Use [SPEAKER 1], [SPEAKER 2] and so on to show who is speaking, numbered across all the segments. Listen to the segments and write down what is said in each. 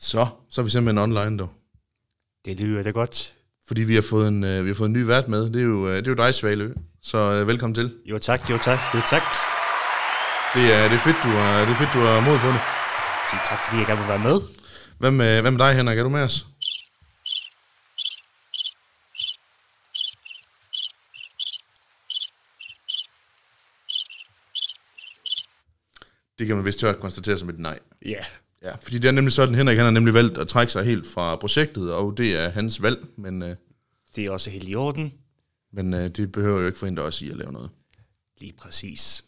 [SPEAKER 1] Så, så er vi simpelthen online dog.
[SPEAKER 2] Det lyder da godt.
[SPEAKER 1] Fordi vi har fået en, øh, vi har fået en ny vært med. Det er jo, øh, det er jo dig, Svalø. Så øh, velkommen til.
[SPEAKER 2] Jo tak, jo tak, jo tak.
[SPEAKER 1] Det er, det er fedt, du har, det er fedt, du har mod på det.
[SPEAKER 2] Sig tak, fordi jeg gerne må være med.
[SPEAKER 1] Hvem, øh, hvem er dig, Henrik? Er du med os? Det kan man vist tørt konstatere som et nej.
[SPEAKER 2] Ja.
[SPEAKER 1] Ja, fordi det er nemlig sådan, Henrik han har nemlig valgt at trække sig helt fra projektet, og det er hans valg, men, øh,
[SPEAKER 2] Det er også helt i orden.
[SPEAKER 1] men øh, det behøver jo ikke forhindre os i at lave noget.
[SPEAKER 2] Lige præcis.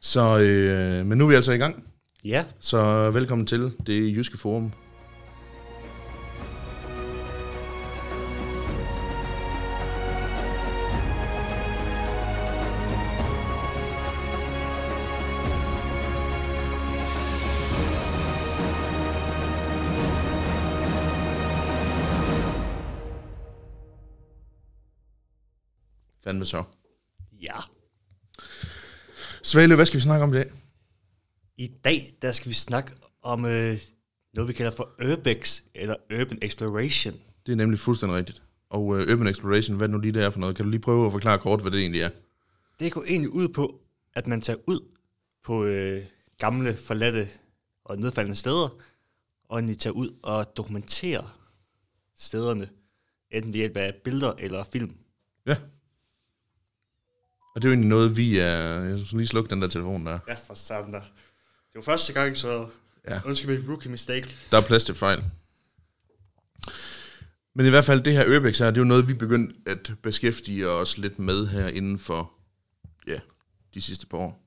[SPEAKER 1] Så, øh, men nu er vi altså i gang,
[SPEAKER 2] Ja,
[SPEAKER 1] så velkommen til det jyske forum. Fandme så.
[SPEAKER 2] ja.
[SPEAKER 1] Svalø, hvad skal vi snakke om i dag?
[SPEAKER 2] I dag, der skal vi snakke om øh, noget, vi kalder for Urbex, eller Urban Exploration.
[SPEAKER 1] Det er nemlig fuldstændig rigtigt. Og øh, Urban Exploration, hvad nu lige det er for noget? Kan du lige prøve at forklare kort, hvad det egentlig er?
[SPEAKER 2] Det går egentlig ud på, at man tager ud på øh, gamle, forladte og nedfaldende steder, og egentlig tager ud og dokumenterer stederne, enten ved hjælp af billeder eller film.
[SPEAKER 1] Ja. Og det er jo egentlig noget, vi er... Jeg skal lige slukke den der telefon der.
[SPEAKER 2] Ja, for satan da. Det var første gang, så
[SPEAKER 1] Ja.
[SPEAKER 2] ja. undskyld mig, rookie mistake.
[SPEAKER 1] Der er plads til fejl. Men i hvert fald, det her Urbex her, det er jo noget, vi begyndte at beskæftige os lidt med her inden for ja, de sidste par år.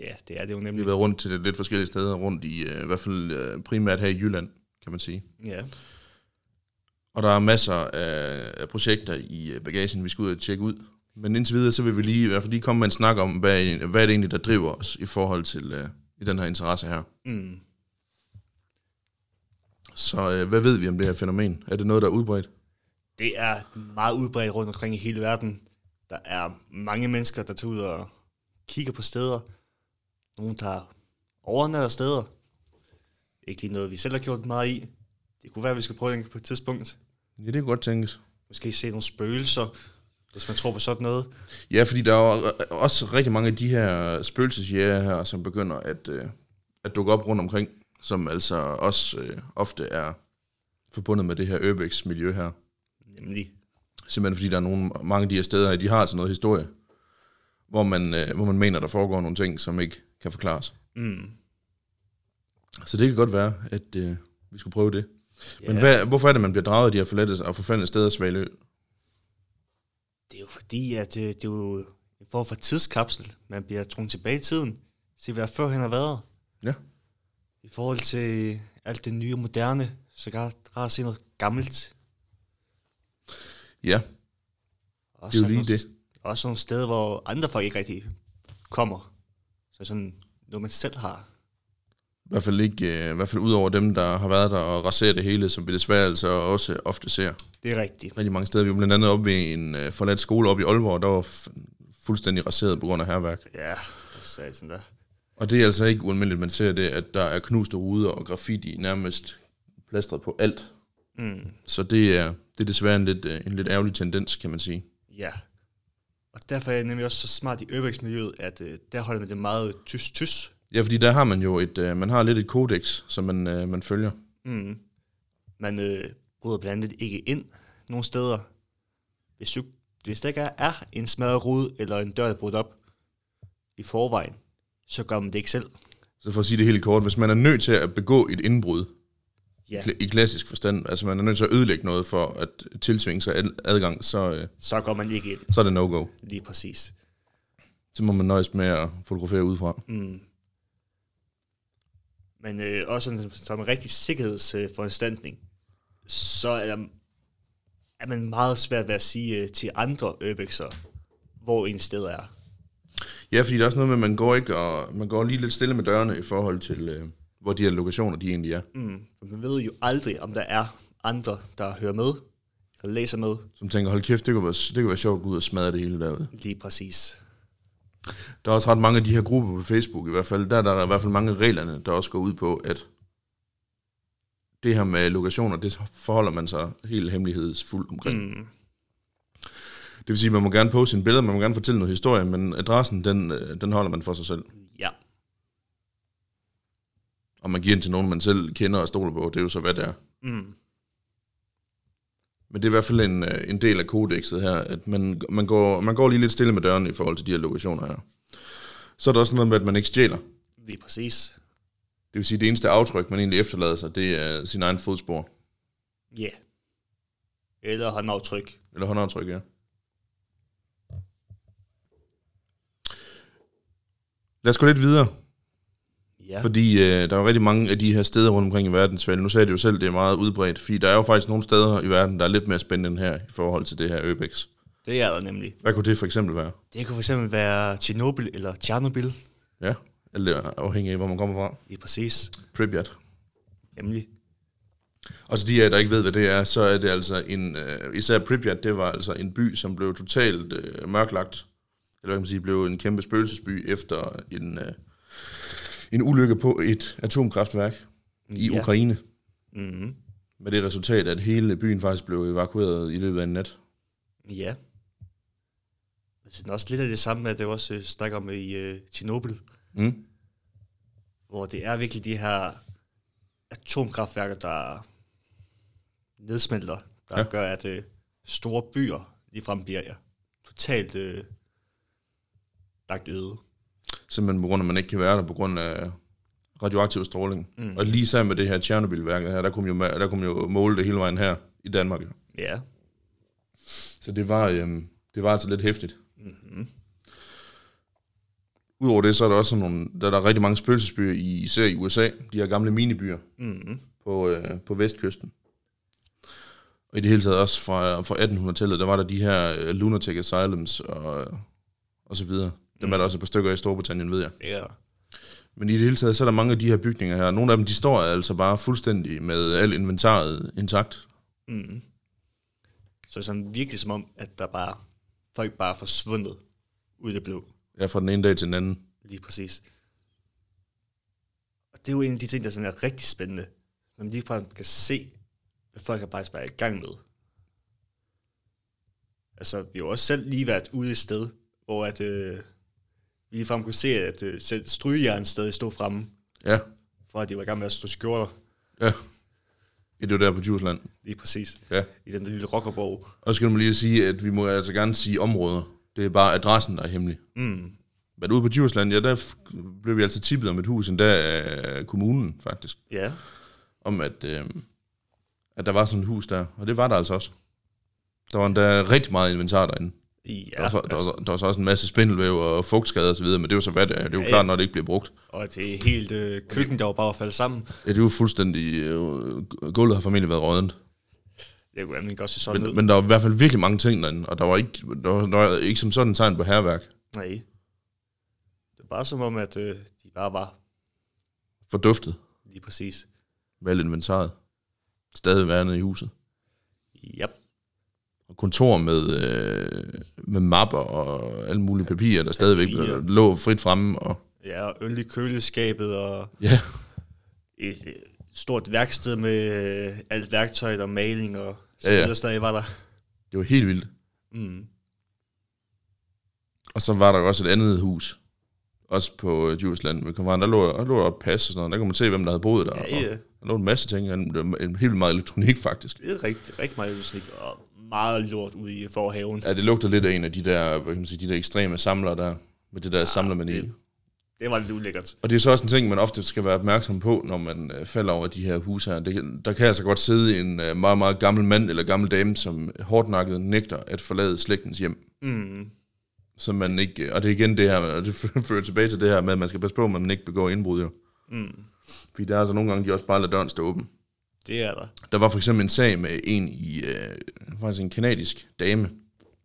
[SPEAKER 2] Ja, det er det jo
[SPEAKER 1] Vi har
[SPEAKER 2] nemlig.
[SPEAKER 1] været rundt til lidt forskellige steder, rundt i, øh, i hvert fald øh, primært her i Jylland, kan man sige.
[SPEAKER 2] Ja.
[SPEAKER 1] Og der er masser af af projekter i øh, bagagen, vi skal ud og tjekke ud. Men indtil videre, så vil vi lige i hvert fald lige komme med en snak om, hvad, hvad er det egentlig, der driver os i forhold til øh, i den her interesse her.
[SPEAKER 2] Mm.
[SPEAKER 1] Så øh, hvad ved vi om det her fænomen? Er det noget, der er udbredt?
[SPEAKER 2] Det er meget udbredt rundt omkring i hele verden. Der er mange mennesker, der tager ud og kigger på steder. Nogle tager overnatter steder. Ikke lige noget, vi selv har gjort meget i. Det kunne være, at vi skal prøve det på et tidspunkt.
[SPEAKER 1] Ja, det kunne godt tænkes.
[SPEAKER 2] Måske se nogle spøgelser, hvis man tror på sådan noget.
[SPEAKER 1] Ja, fordi der er jo r- også rigtig mange af de her spøgelsesjæger her, som begynder at, øh, at dukke op rundt omkring, som altså også øh, ofte er forbundet med det her Urbex-miljø her.
[SPEAKER 2] Nemlig.
[SPEAKER 1] Simpelthen fordi der er nogle, mange af de her steder, her, de har altså noget historie, hvor man, øh, hvor man mener, der foregår nogle ting, som ikke kan forklares.
[SPEAKER 2] Mm.
[SPEAKER 1] Så det kan godt være, at øh, vi skulle prøve det.
[SPEAKER 2] Ja,
[SPEAKER 1] Men hvad, hvorfor er det, man bliver draget af de her forladte og forfaldne steder, Svalø?
[SPEAKER 2] Det er jo fordi, at øh, det er jo en form for tidskapsel. Man bliver trukket tilbage i tiden. Se, hvad der førhen har været.
[SPEAKER 1] Ja.
[SPEAKER 2] I forhold til øh, alt det nye og moderne, så kan jeg se noget gammelt.
[SPEAKER 1] Ja,
[SPEAKER 2] Og
[SPEAKER 1] Det er jo lige
[SPEAKER 2] nogle, Også nogle steder, hvor andre folk ikke rigtig kommer. Så sådan noget, man selv har.
[SPEAKER 1] I hvert fald ikke, øh, i hvert fald ud over dem, der har været der og raseret det hele, som vi desværre altså også ofte ser.
[SPEAKER 2] Det er rigtigt.
[SPEAKER 1] Rigtig mange steder. Vi var blandt andet oppe ved en øh, forladt skole oppe i Aalborg, der var f- fuldstændig raseret på grund af herværk.
[SPEAKER 2] Ja, så er det sådan der.
[SPEAKER 1] Og det er altså ikke ualmindeligt, man ser det, at der er knuste ruder og graffiti nærmest plastret på alt.
[SPEAKER 2] Mm,
[SPEAKER 1] Så det er, det er desværre en lidt, øh, en lidt ærgerlig tendens, kan man sige.
[SPEAKER 2] ja. Og derfor er jeg nemlig også så smart i Urbex-miljøet, at øh, der holder man det meget tys-tys.
[SPEAKER 1] Ja, fordi der har man jo et, øh, man har lidt et kodex, som man, øh, man følger.
[SPEAKER 2] Mm. Man øh, bryder blandt andet ikke ind nogle steder. Hvis, du, hvis der ikke er, er en smadret rude eller en dør, der er brudt op i forvejen, så gør man det ikke selv.
[SPEAKER 1] Så for at sige det helt kort, hvis man er nødt til at begå et indbrud,
[SPEAKER 2] Ja,
[SPEAKER 1] kla- i klassisk forstand. Altså man er nødt til at ødelægge noget for at tilsvinge sig ad- adgang, så, øh,
[SPEAKER 2] så går man ikke ind,
[SPEAKER 1] så er det no-go.
[SPEAKER 2] lige præcis.
[SPEAKER 1] Så må man nøjes med at fotografere udefra.
[SPEAKER 2] Mm. Men øh, også som, som en rigtig sikkerhedsforanstaltning, så er, der- er man meget svært ved at sige øh, til andre urbexer, hvor en sted er.
[SPEAKER 1] Ja, fordi der er også noget med, at man går, ikke og, man går lige lidt stille med dørene i forhold til, øh, hvor de her lokationer de egentlig er.
[SPEAKER 2] Mm. For man ved jo aldrig, om der er andre, der hører med, eller læser med,
[SPEAKER 1] Som tænker, hold kæft, det kunne være, det kunne være sjovt at gå ud og smadre det hele derude.
[SPEAKER 2] lige præcis.
[SPEAKER 1] Der er også ret mange af de her grupper på Facebook i hvert fald. Der er der i hvert fald mange af reglerne, der også går ud på, at det her med lokationer, det forholder man sig helt hemmelighedsfuldt omkring. Mm. Det vil sige, man må gerne poste sine billeder, man må gerne fortælle noget historie, men adressen, den, øh, den holder man for sig selv.
[SPEAKER 2] Ja.
[SPEAKER 1] Og man giver den til nogen, man selv kender og stoler på, det er jo så, hvad det er.
[SPEAKER 2] Mm.
[SPEAKER 1] Men det er i hvert fald en, øh, en del af kodexet her, at man, man, går, man går lige lidt stille med dørene i forhold til de her lokationer her. Så er der også noget med, at man ikke stjæler.
[SPEAKER 2] Lige præcis.
[SPEAKER 1] Det vil sige, at det eneste aftryk, man egentlig efterlader sig, det er sin egen fodspor.
[SPEAKER 2] Ja. Yeah. Eller håndaftryk.
[SPEAKER 1] Eller håndaftryk, ja. Lad os gå lidt videre,
[SPEAKER 2] Ja. For...
[SPEAKER 1] fordi øh, der er jo rigtig mange af de her steder rundt omkring i verden, Svend. Nu sagde du jo selv, det er meget udbredt, fordi der er jo faktisk nogle steder i verden, der er lidt mere spændende end her i forhold til det her Øbex.
[SPEAKER 2] Det er der nemlig.
[SPEAKER 1] Hvad kunne det for eksempel være?
[SPEAKER 2] Det kunne fx være Tjernobyl eller Tjernobyl.
[SPEAKER 1] Ja, eller afhængig af, hvor man kommer fra.
[SPEAKER 2] Lige præcis.
[SPEAKER 1] Pripyat.
[SPEAKER 2] Nemlig.
[SPEAKER 1] Og så de af jer, der ikke ved, hvad det er, så er det altså en... Øh, især Pripyat, det var altså en by, som blev totalt øh, mørklagt. Eller hvad kan man sige, blev en kæmpe spøgelsesby efter en, øh, en ulykke på et atomkraftværk i
[SPEAKER 2] Ja.
[SPEAKER 1] ja. Ukraine.
[SPEAKER 2] Mm-hmm.
[SPEAKER 1] Med det resultat, at hele byen faktisk blev evakueret i løbet af en nat.
[SPEAKER 2] Ja. Altså, det er også lidt af det samme, med, at det også øh, snakker om i øh, Tjernobyl,
[SPEAKER 1] Mm.
[SPEAKER 2] hvor det er virkelig de her atomkraftværker, der nedsmelter, der
[SPEAKER 1] Ja.
[SPEAKER 2] ja. gør, at øh, store byer ligefrem bliver ja, totalt øh, lagt øde.
[SPEAKER 1] Simpelthen på grund af, at man ikke kan være der på grund af radioaktiv stråling. Mm. Og lige især med det her Tjernobyl-værket her, der kunne, man jo, ma- der kunne man jo måle det hele vejen her i Danmark. Jo.
[SPEAKER 2] Ja.
[SPEAKER 1] Så det var, øhm, det var altså lidt hæftigt. Mm-hmm. Udover det, så er der også sådan nogle, der er der rigtig mange spøgelsesbyer, i, især i USA. De her gamle minibyer
[SPEAKER 2] Mm-hmm.
[SPEAKER 1] på, øh, på vestkysten. Og i det hele taget også fra, fra 1800-tallet, der var der de her øh, lunatic asylums og, og så videre. Dem er der også et par stykker af i Storbritannien, ved jeg.
[SPEAKER 2] Ja.
[SPEAKER 1] Men i det hele taget, så er der mange af de her bygninger her. Nogle af dem, de står altså bare fuldstændig med al inventaret intakt.
[SPEAKER 2] Mm. Så det er sådan virkelig som om, at der bare, folk bare er forsvundet ud af det blå.
[SPEAKER 1] Ja, fra den ene dag til den anden.
[SPEAKER 2] Lige præcis. Og det er jo en af de ting, der sådan er rigtig spændende, når man ligefrem kan se, hvad folk har faktisk været i gang med. Altså, vi har jo også selv lige været ude et sted, hvor at, øh, vi ligefrem kunne se, at øh, selv strygejern stadig stod fremme,
[SPEAKER 1] Ja,
[SPEAKER 2] for at de var i gang med at stå skjorter.
[SPEAKER 1] ja. Ja, Det er jo der på Djursland.
[SPEAKER 2] Lige præcis.
[SPEAKER 1] Ja.
[SPEAKER 2] I den der lille rockerborg.
[SPEAKER 1] Og så skal man lige sige, at vi må altså gerne sige områder. Det er bare adressen, der er hemmelig.
[SPEAKER 2] Mm.
[SPEAKER 1] Men ude på Djursland, ja, der f- blev vi altså tippet om et hus endda af kommunen, faktisk.
[SPEAKER 2] Ja.
[SPEAKER 1] Om at, øh, at der var sådan et hus der. Og det var der altså også. Der var endda rigtig meget inventar derinde.
[SPEAKER 2] Ja,
[SPEAKER 1] Der var, så, der, var, der var så også en masse spindelvæv og fugtskader osv., men det er jo så hvad det er. Det er jo
[SPEAKER 2] Ja, ja.
[SPEAKER 1] klart, når det ikke bliver brugt.
[SPEAKER 2] og det er helt øh, køkken, der var bare faldet sammen.
[SPEAKER 1] Ja, det er jo fuldstændig... Øh, gulvet har formentlig været rådent.
[SPEAKER 2] Det kunne nemlig godt se sådan
[SPEAKER 1] Men,
[SPEAKER 2] ud.
[SPEAKER 1] men der var i hvert fald virkelig mange ting derinde, og der var ikke, der var, der var ikke som sådan tegn på herværk.
[SPEAKER 2] Nej. Det er bare som om, at øh, de bare var
[SPEAKER 1] Forduftet.
[SPEAKER 2] lige præcis.
[SPEAKER 1] med alt inventaret. Stadig værende i huset.
[SPEAKER 2] Yep.
[SPEAKER 1] Og kontor med, øh, med mapper og alle mulige papirer, der stadigvæk
[SPEAKER 2] Papirer.
[SPEAKER 1] lå frit fremme. Og,
[SPEAKER 2] Ja, og øl i køleskabet, og
[SPEAKER 1] ja,
[SPEAKER 2] et øh, stort værksted med øh, alt værktøjet og maling, og så
[SPEAKER 1] Ja, ja.
[SPEAKER 2] videre stadig var der.
[SPEAKER 1] det var helt vildt.
[SPEAKER 2] Mm.
[SPEAKER 1] Og så var der jo også et andet hus, også på øh, Djursland. ved København. Der lå, der lå der et pas og sådan noget. Der kunne man se, hvem der havde boet der.
[SPEAKER 2] Ja, ja.
[SPEAKER 1] Og der lå en masse ting, og en, en helt meget elektronik faktisk.
[SPEAKER 2] Det er rigtig, rigtig meget udslik, og meget lort ude i forhaven. Ja.
[SPEAKER 1] Ja, det lugter lidt af en af de der, hvad kan man sige, de der ekstreme samlere der, med det der ja, samlermani.
[SPEAKER 2] Det var lidt ulækkert.
[SPEAKER 1] Og det er så også en ting, man ofte skal være opmærksom på, når man øh, falder over de her huse her. Det, der kan altså godt sidde en øh, meget, meget gammel mand eller gammel dame, som hårdnakket nægter at forlade slægtens hjem.
[SPEAKER 2] Mm.
[SPEAKER 1] Så man ikke, og det er igen det her, og det fører tilbage til det her med, at man skal passe på, at man ikke begår indbrud jo.
[SPEAKER 2] Mm.
[SPEAKER 1] Fordi der er altså nogle gange, de også bare lader døren stå åben.
[SPEAKER 2] Det er der.
[SPEAKER 1] Der var for eksempel en sag med en i, øh, faktisk en kanadisk dame,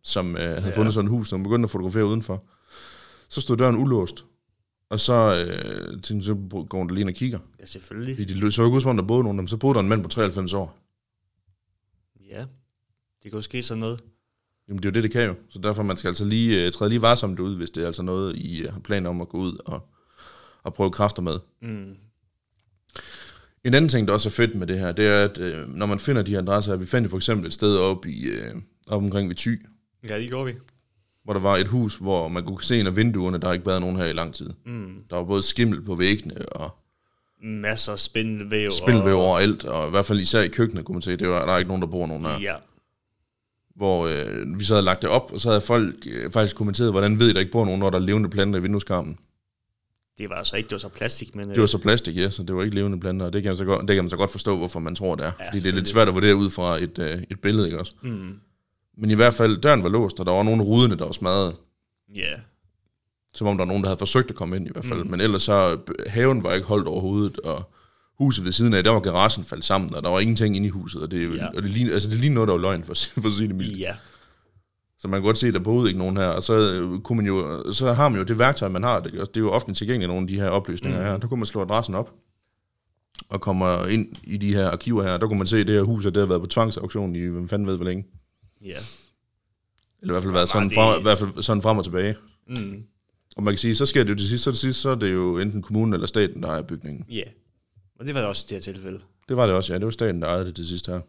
[SPEAKER 1] som øh, havde ja. fundet sådan et hus, og hun begyndte at fotografere udenfor. Så stod døren ulåst, og så, øh, tænkte, så går hun da lige ind og kigger.
[SPEAKER 2] Ja, selvfølgelig.
[SPEAKER 1] Fordi de så ikke ud, som om der boede nogen af dem. Så boede der en mand på 93 år.
[SPEAKER 2] Ja. Det kan jo ske sådan noget.
[SPEAKER 1] Jamen det er jo det, det kan jo. Så derfor man skal altså lige øh, træde lige varsomt ud, hvis det er altså noget, I øh, har planer om at gå ud og, og prøve kræfter med.
[SPEAKER 2] Mm.
[SPEAKER 1] En anden ting, der også er fedt med det her, det er, at øh, når man finder de her adresser, vi fandt jo for eksempel et sted oppe i, øh, op omkring ved Thy,
[SPEAKER 2] Ja, det gjorde vi.
[SPEAKER 1] hvor der var et hus, hvor man kunne se ind af vinduerne, der har ikke været nogen her i lang tid.
[SPEAKER 2] Mm.
[SPEAKER 1] Der var både skimmel på væggene og
[SPEAKER 2] Masser af spindelvæv.
[SPEAKER 1] spindelvæv overalt, og i hvert fald især i køkkenet kunne man se, det var, der er ikke nogen, der bor nogen her.
[SPEAKER 2] Og, ja.
[SPEAKER 1] Hvor øh, vi så havde lagt det op, og så havde folk øh, faktisk kommenteret, hvordan ved I, der ikke bor nogen, når der er levende planter i vindueskarmen?
[SPEAKER 2] Det var altså ikke, det var så plastik, men... øh,
[SPEAKER 1] Det var så plastik, ja, så det var ikke levende planter, og det kan, man så godt, det kan man så godt forstå, hvorfor man tror, det er.
[SPEAKER 2] Ja,
[SPEAKER 1] Ja, fordi det er lidt
[SPEAKER 2] selvfølgelig.
[SPEAKER 1] svært at vurdere ud fra et, øh, et billede, ikke også?
[SPEAKER 2] Mm.
[SPEAKER 1] Men i hvert fald, døren var låst, og der var nogle af ruderne, der var smadret.
[SPEAKER 2] Ja.
[SPEAKER 1] Som om der var nogen, der havde forsøgt at komme ind i hvert fald. Mm. Men ellers så, b- haven var ikke holdt overhovedet, og huset ved siden af, der var garagen faldt sammen, og der var ingenting inde i huset. Og det,
[SPEAKER 2] Ja.
[SPEAKER 1] ja. og det, lignede, altså, det lignede noget, der var løgn, for, at sige- for at sige det mildt.
[SPEAKER 2] Ja.
[SPEAKER 1] Så man kan godt se, at der boede ikke nogen her. Og så, øh, kunne man jo, så har man jo det værktøj, man har. Det, det er jo ofte tilgængeligt, nogle af de her oplysninger mm. her. Der kunne man slå adressen op og kommer ind i de her arkiver her. Der kunne man se, at det her hus her, det har været på tvangsauktion i, hvem fanden ved, hvor længe.
[SPEAKER 2] Ja.
[SPEAKER 1] Eller i hvert fald været sådan,
[SPEAKER 2] det-
[SPEAKER 1] frem, i hvert fald sådan frem og tilbage.
[SPEAKER 2] Mm.
[SPEAKER 1] Og man kan sige, så sker det jo til sidst, så til sidst, så er det jo enten kommunen eller staten, der ejer bygningen.
[SPEAKER 2] Ja. Og det var det også i det her tilfælde.
[SPEAKER 1] Det var det også, ja. Det var staten, der ejede det til sidst her.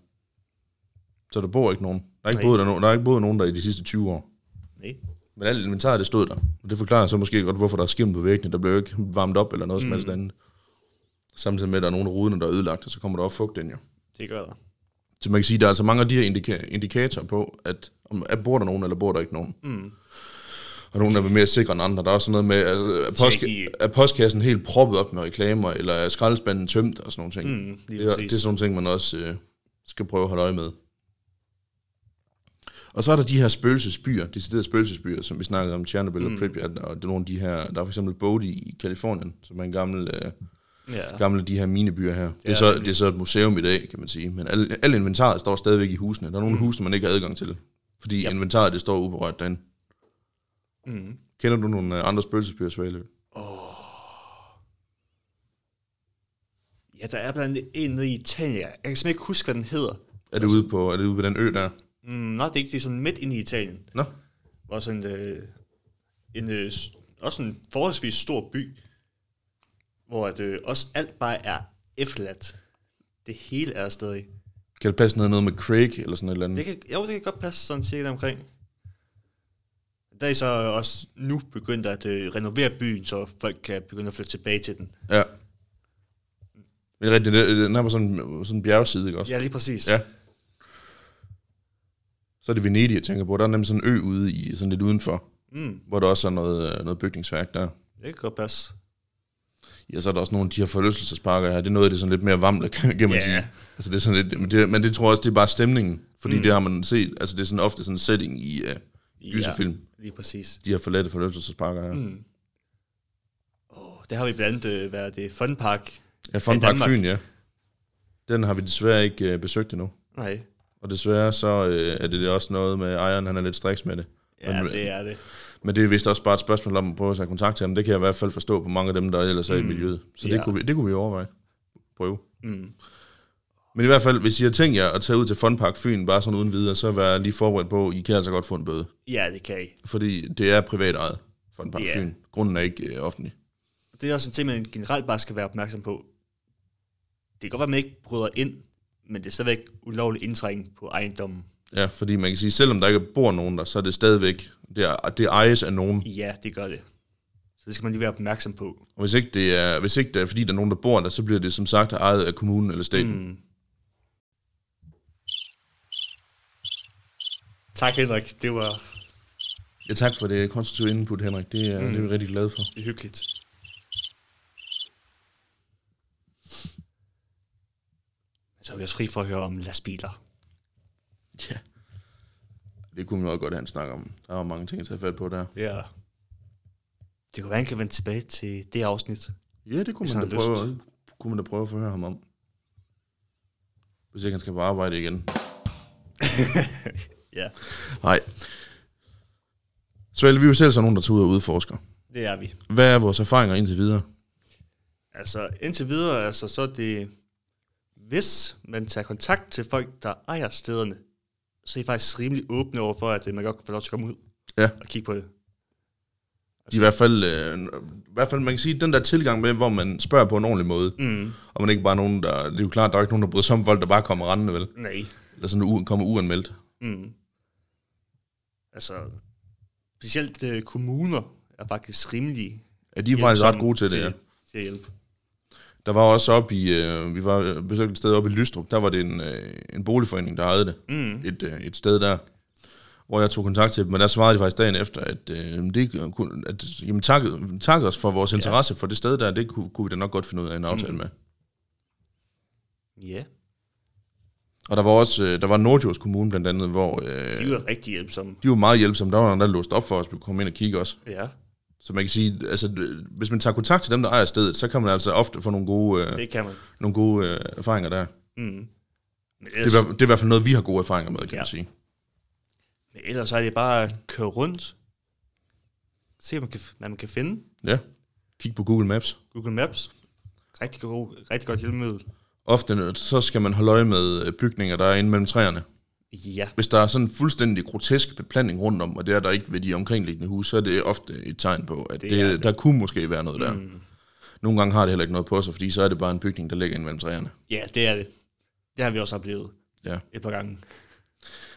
[SPEAKER 1] Så der bor ikke nogen. Der er ikke,
[SPEAKER 2] Nej.
[SPEAKER 1] boet der, no- der, er ikke boet nogen der i de sidste 20 år.
[SPEAKER 2] Nej.
[SPEAKER 1] Men alt inventaret, det stod der. Og det forklarer så måske godt, hvorfor der er skimmel på væggene. Der blev jo ikke varmet op eller noget mm. som helst andet. Samtidig med, at der er nogle af ruderne, der er ødelagt, og så kommer der også fugt ind jo.
[SPEAKER 2] Det gør der.
[SPEAKER 1] Så man kan sige, at der er altså mange af de her indika- indikatorer på, at, om, at bor der nogen, eller bor der ikke nogen.
[SPEAKER 2] Mm.
[SPEAKER 1] Og nogle er mere sikre end andre. Der er også sådan noget med, at, at,
[SPEAKER 2] i-
[SPEAKER 1] postka- at postkassen helt proppet op med reklamer, eller er skraldespanden tømt og sådan nogle ting.
[SPEAKER 2] Mm. Lige
[SPEAKER 1] Det er, det er
[SPEAKER 2] præcis.
[SPEAKER 1] sådan nogle ting, man også øh, skal prøve at holde øje med. Og så er der de her spøgelsesbyer, deciderede spøgelsesbyer, som vi snakkede om, Chernobyl mm. og Pripyat, og det er nogle af de her, der er for eksempel Bodie i Kalifornien, som er en gammel, øh,
[SPEAKER 2] Ja.
[SPEAKER 1] gammel af de her minebyer her. Det er,
[SPEAKER 2] er
[SPEAKER 1] så,
[SPEAKER 2] nemlig.
[SPEAKER 1] det er så et museum i dag, kan man sige, men al, al inventaret står stadigvæk i husene. Der er nogle mm. huse, man ikke har adgang til, fordi yep. inventaret det står uberørt derinde.
[SPEAKER 2] Mm.
[SPEAKER 1] Kender du nogle øh, andre spøgelsesbyer, Svalø?
[SPEAKER 2] Ja, der er blandt andet en nede i Italien. Jeg kan simpelthen ikke huske, hvad den hedder.
[SPEAKER 1] Er
[SPEAKER 2] Altså-
[SPEAKER 1] det ude på, er det ude på den ø der?
[SPEAKER 2] Mm, nej, det er ikke. Det er sådan midt inde i Italien.
[SPEAKER 1] Nå,
[SPEAKER 2] Hvor sådan øh, en, øh, s- også en forholdsvis stor by, hvor at, øh, også alt bare er efterladt. Det hele er stadig.
[SPEAKER 1] kan det passe noget, noget med Craig eller sådan et eller andet?
[SPEAKER 2] Det kan, jo, det kan godt passe sådan cirka omkring. Der er I så også nu begyndt at øh, renovere byen, så folk kan begynde at flytte tilbage til den.
[SPEAKER 1] Ja. Det er rigtigt, det- det- den er på sådan, sådan en bjergside, ikke også?
[SPEAKER 2] Ja, lige præcis.
[SPEAKER 1] Ja. Så er det Venedig, jeg tænker på. Der er nemlig sådan en ø ude i, sådan lidt udenfor,
[SPEAKER 2] Mm,
[SPEAKER 1] hvor der også er noget, øh, noget bygningsværk der.
[SPEAKER 2] det kan godt passe.
[SPEAKER 1] Ja, så er der også nogle af de her forlystelsesparker her. Det er noget af det sådan lidt mere vamle, kan kan man
[SPEAKER 2] Ja.
[SPEAKER 1] sige. Altså, det er sådan lidt, men, det, men det tror jeg også, det er bare stemningen. Fordi mm. det har man set. Altså, det er sådan ofte sådan en setting i uh, gyserfilm.
[SPEAKER 2] Ja, lige præcis.
[SPEAKER 1] De her forladte forlystelsesparker her. Mm.
[SPEAKER 2] Oh, der har vi blandt andet øh, været det Fun Park.
[SPEAKER 1] Ja, Fun
[SPEAKER 2] I
[SPEAKER 1] Park
[SPEAKER 2] Danmark.
[SPEAKER 1] Fyn, ja. Den har vi desværre ikke uh, besøgt endnu.
[SPEAKER 2] Nej,
[SPEAKER 1] Og desværre så øh, er det det også noget med ejeren, han er lidt striks med det.
[SPEAKER 2] ja,
[SPEAKER 1] men,
[SPEAKER 2] det er det.
[SPEAKER 1] men det er vist også bare et spørgsmål om at prøve at tage kontakt til ham. Det kan jeg i hvert fald forstå på mange af dem, der ellers er i miljøet. Så
[SPEAKER 2] Mm. Ja.
[SPEAKER 1] det, kunne vi, det kunne vi overveje. Prøve.
[SPEAKER 2] Mm.
[SPEAKER 1] Men i hvert fald, hvis I har tænkt jer at tage ud til Funpark Fyn bare sådan uden videre, så vær lige forberedt på, at I kan altså godt få en bøde.
[SPEAKER 2] Ja, det kan I.
[SPEAKER 1] Fordi det er privat ejet, Funpark
[SPEAKER 2] Ja.
[SPEAKER 1] yeah. Fyn. Grunden er ikke øh, offentlig.
[SPEAKER 2] Det er også en ting, man generelt bare skal være opmærksom på. Det kan godt være, at man ikke bryder ind, men det er stadigvæk ulovlig indtrængen på ejendommen.
[SPEAKER 1] Ja, fordi man kan sige, selvom der ikke bor nogen der, så er det stadigvæk, det, er, det ejes af nogen.
[SPEAKER 2] Ja, det gør det. Så det skal man lige være opmærksom på.
[SPEAKER 1] Og hvis ikke, det er, hvis ikke det er, fordi der er nogen, der bor der, så bliver det som sagt ejet af kommunen eller staten. Mm.
[SPEAKER 2] Tak Henrik, det var
[SPEAKER 1] Ja, tak for det konstruktive input, Henrik. Det er, mm. det er vi rigtig glade for.
[SPEAKER 2] hyggeligt. Så er vi også fri for at høre om lastbiler.
[SPEAKER 1] Ja. Det kunne vi også godt have en snak om. Der var mange ting at tage fat på der.
[SPEAKER 2] Ja. Det kunne være, han kan vende tilbage til det afsnit.
[SPEAKER 1] Ja, det kunne
[SPEAKER 2] Hvis
[SPEAKER 1] man,
[SPEAKER 2] han
[SPEAKER 1] da
[SPEAKER 2] har lyst.
[SPEAKER 1] prøve, kunne man da prøve at forhøre ham om. Hvis ikke han skal på arbejde igen.
[SPEAKER 2] Ja,
[SPEAKER 1] Nej. Svend, vi er jo selv sådan nogen, der tager ud og udforsker.
[SPEAKER 2] det er vi.
[SPEAKER 1] Hvad er vores erfaringer indtil videre?
[SPEAKER 2] Altså indtil videre, altså, så er det, hvis man tager kontakt til folk, der ejer stederne, så er I faktisk rimelig åbne over for, at øh, man godt kan få lov til at komme ud
[SPEAKER 1] Ja.
[SPEAKER 2] og kigge på det.
[SPEAKER 1] I hvert fald, øh, i hvert fald, man kan sige, den der tilgang med, hvor man spørger på en ordentlig måde, mm. og man ikke bare er nogen, der... Det er jo klart, der er ikke nogen, der bryder sig om folk, der bare kommer rendende, vel?
[SPEAKER 2] Nej.
[SPEAKER 1] Eller sådan u- kommer uanmeldt.
[SPEAKER 2] Mm. Altså, specielt øh, kommuner er faktisk rimelig
[SPEAKER 1] Ja, de er faktisk ret
[SPEAKER 2] hjælpsomme
[SPEAKER 1] gode til det, ja.
[SPEAKER 2] Til at hjælpe.
[SPEAKER 1] Der var også op i, øh, vi var øh, besøgte et sted op i Lystrup, der var det en, øh, en boligforening, der ejede det. Mm. Et, øh, et sted der, hvor jeg tog kontakt til dem, men der svarede de faktisk dagen efter, at, øh, det, kunne- at jamen, tak, tak os for vores interesse ja. for det sted der, det kunne, kunne vi da nok godt finde ud af en aftale mm. med.
[SPEAKER 2] Ja,
[SPEAKER 1] Og der var også, øh, der var Nordjords Kommune blandt andet, hvor øh,
[SPEAKER 2] de er jo rigtig hjælpsomme.
[SPEAKER 1] de var meget hjælpsomme, der var nogen, der låste op for os, vi kunne komme ind og kigge også.
[SPEAKER 2] Ja,
[SPEAKER 1] Så man kan sige, altså, øh, hvis man tager kontakt til dem, der ejer stedet, så kan man altså ofte få nogle gode, øh,
[SPEAKER 2] det kan man.
[SPEAKER 1] nogle gode øh, erfaringer der.
[SPEAKER 2] Mm. Men
[SPEAKER 1] Det
[SPEAKER 2] ellers,
[SPEAKER 1] er, i hver- det er i hvert fald noget, vi har gode erfaringer med, kan ja.
[SPEAKER 2] Ja.
[SPEAKER 1] man sige.
[SPEAKER 2] men ellers er det bare at køre rundt, se hvad man kan, hvad man kan finde.
[SPEAKER 1] Ja. Kig på Google Maps.
[SPEAKER 2] Google Maps, rigtig, god, rigtig godt hjælpemiddel.
[SPEAKER 1] Ofte så skal man holde øje med øh, bygninger, der er inde mellem træerne.
[SPEAKER 2] Ja,
[SPEAKER 1] Hvis der er sådan en fuldstændig grotesk beplanting rundt om, og det er der ikke ved de omkringliggende huse, så er det ofte et tegn på, at det
[SPEAKER 2] er
[SPEAKER 1] det, der kunne måske være noget der. Mm. Nogle gange har det heller ikke noget på sig, fordi så er det bare en bygning, der ligger inde mellem træerne.
[SPEAKER 2] ja det er det. Det har vi også oplevet
[SPEAKER 1] Ja.
[SPEAKER 2] et par gange.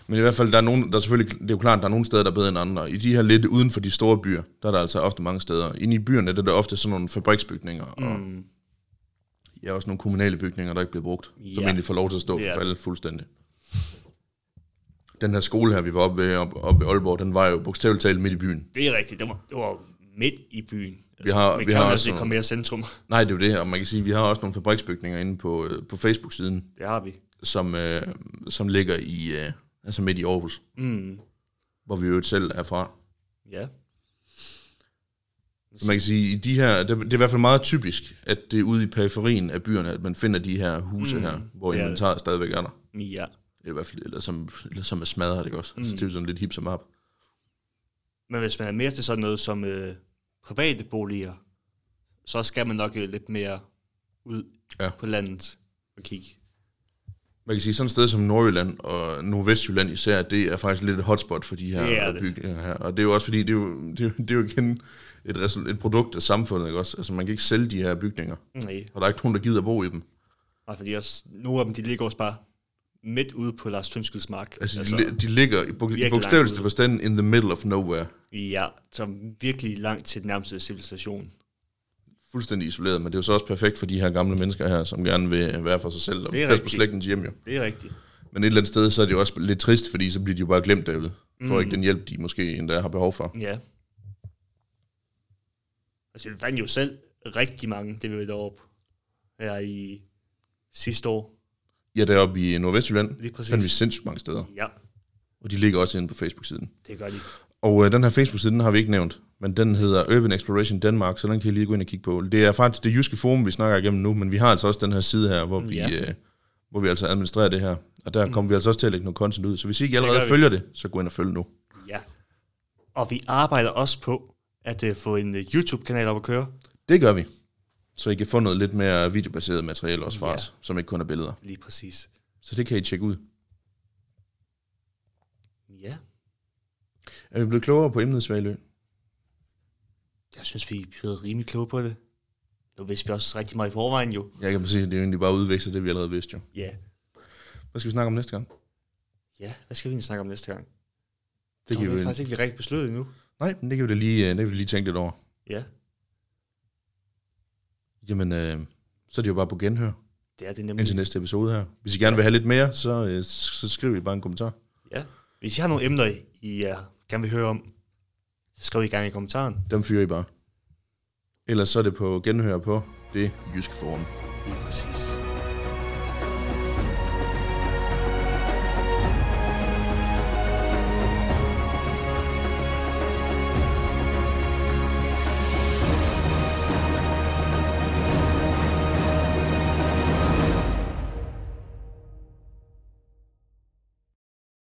[SPEAKER 1] Men i hvert fald, der er nogen, der er selvfølgelig, det er jo klart, der er nogle steder, der er bedre end andre. I de her lidt uden for de store byer, der er der altså ofte mange steder. Inde i byerne der er der ofte sådan nogle fabriksbygninger, og
[SPEAKER 2] Mm.
[SPEAKER 1] ja, også nogle kommunale bygninger, der ikke bliver brugt, ja. som
[SPEAKER 2] Ja.
[SPEAKER 1] egentlig får lov til at stå
[SPEAKER 2] Det er
[SPEAKER 1] for
[SPEAKER 2] det.
[SPEAKER 1] alle fuldstændig. Den her skole her, vi var oppe ved, op, op ved Aalborg, den var jo bogstaveligt talt midt i byen.
[SPEAKER 2] Det er rigtigt, det var, det var midt i byen. Altså,
[SPEAKER 1] har-
[SPEAKER 2] man
[SPEAKER 1] vi
[SPEAKER 2] kan
[SPEAKER 1] har
[SPEAKER 2] jo
[SPEAKER 1] også
[SPEAKER 2] altså ikke
[SPEAKER 1] nogle-
[SPEAKER 2] komme mere centrum.
[SPEAKER 1] Nej, det er jo det, og man kan sige, at vi har også nogle fabriksbygninger inde på, øh, på Facebook-siden,
[SPEAKER 2] Det har vi.
[SPEAKER 1] som, øh, som ligger i, øh, altså midt i Aarhus,
[SPEAKER 2] Mm.
[SPEAKER 1] hvor vi jo selv er fra.
[SPEAKER 2] Ja,
[SPEAKER 1] Så man kan sige, i de her, det, det er i hvert fald meget typisk, at det er ude i periferien af byerne, at man finder de her huse mm, her, hvor
[SPEAKER 2] det er det.
[SPEAKER 1] inventaret stadigvæk er der.
[SPEAKER 2] ja.
[SPEAKER 1] Eller i hvert fald, eller som, eller som er smadret, ikke også? Mm. Så det er jo sådan lidt hip som op.
[SPEAKER 2] Men hvis man er mere til sådan noget som øh, private boliger, så skal man nok øh, lidt mere ud
[SPEAKER 1] Ja.
[SPEAKER 2] ja. på landet og kigge.
[SPEAKER 1] Man kan sige, sådan et sted som Nordjylland og Nordvestjylland især, det er faktisk lidt et hotspot for de
[SPEAKER 2] Det
[SPEAKER 1] her
[SPEAKER 2] er det.
[SPEAKER 1] bygninger her. Og det er jo også fordi, det er jo, det er, jo- det er jo igen et, result, et produkt af samfundet, ikke også? Altså man kan ikke sælge de her bygninger,
[SPEAKER 2] Mm. Nej,
[SPEAKER 1] og der er ikke nogen, der gider bo i dem.
[SPEAKER 2] og fordi også, nogle af dem, de ligger også bare midt ude på Lars Tønskels mark.
[SPEAKER 1] Altså, altså de, li- de ligger i, bog, i
[SPEAKER 2] langt
[SPEAKER 1] bogstaveligste
[SPEAKER 2] ude.
[SPEAKER 1] forstand in the middle of nowhere.
[SPEAKER 2] ja, som virkelig langt til den nærmeste civilisation.
[SPEAKER 1] fuldstændig isoleret, men det er jo så også perfekt for de her gamle mennesker her, som gerne vil være for sig selv og
[SPEAKER 2] Det er
[SPEAKER 1] passe på
[SPEAKER 2] rigtigt.
[SPEAKER 1] slægtens hjem jo.
[SPEAKER 2] Det er rigtigt.
[SPEAKER 1] Men et eller andet sted, så er det jo også lidt trist, fordi så bliver de jo bare glemt derude. Får
[SPEAKER 2] Mm.
[SPEAKER 1] ikke den hjælp, de måske endda har behov for.
[SPEAKER 2] Ja. Altså, vi fandt jo selv rigtig mange, det vi ved deroppe. Her i sidste år.
[SPEAKER 1] Ja, deroppe i Nordvestjylland,
[SPEAKER 2] Lige præcis.
[SPEAKER 1] fandt vi sindssygt mange steder.
[SPEAKER 2] Ja,
[SPEAKER 1] Og de ligger også inde på Facebook-siden.
[SPEAKER 2] det gør de.
[SPEAKER 1] Og øh, den her Facebook-side, den har vi ikke nævnt, men den hedder Urban Exploration Danmark, så den kan I lige gå ind og kigge på. Det er faktisk det jyske forum, vi snakker igennem nu, men vi har altså også den her side her, hvor vi,
[SPEAKER 2] Ja. Mm.
[SPEAKER 1] øh, hvor vi altså administrerer det her. Og der kommer vi altså også til at lægge noget content ud. Så hvis I ikke allerede
[SPEAKER 2] gør vi.
[SPEAKER 1] følger det, så gå ind og følg nu.
[SPEAKER 2] Ja. Og vi arbejder også på at uh, få en uh, YouTube-kanal op at køre.
[SPEAKER 1] Det gør vi. Så I kan få noget lidt mere videobaseret materiale også fra ja. os, som ikke kun er billeder.
[SPEAKER 2] Lige præcis.
[SPEAKER 1] Så det kan I tjekke ud.
[SPEAKER 2] Ja.
[SPEAKER 1] Er vi blevet klogere på emnet, Svalø?
[SPEAKER 2] Jeg synes, vi er blevet rimelig kloge på det. Nu vidste vi også rigtig meget i forvejen jo.
[SPEAKER 1] Jeg kan bare sige, at det er jo egentlig bare udvekslet det, vi allerede vidste jo.
[SPEAKER 2] Ja.
[SPEAKER 1] Hvad skal vi snakke om næste gang?
[SPEAKER 2] Ja, hvad skal vi egentlig snakke om næste gang?
[SPEAKER 1] Det kan
[SPEAKER 2] Det har
[SPEAKER 1] vi,
[SPEAKER 2] vi
[SPEAKER 1] jo-
[SPEAKER 2] faktisk ikke lige rigtig besluttet endnu.
[SPEAKER 1] Nej, men det kan vi da lige, øh, det kan vi lige tænke lidt over.
[SPEAKER 2] Ja,
[SPEAKER 1] Jamen, øh, så er det jo bare på genhør
[SPEAKER 2] det er det nemlig.
[SPEAKER 1] indtil næste episode her. Hvis I gerne vil have lidt mere, så, øh, så skriv I bare en kommentar.
[SPEAKER 2] Ja. Hvis I har nogle emner, I uh, gerne vil høre om, så skriv i gang i kommentaren.
[SPEAKER 1] Dem fyrer I bare. Ellers så er det på genhør på det jyske forum.
[SPEAKER 2] Lige præcis.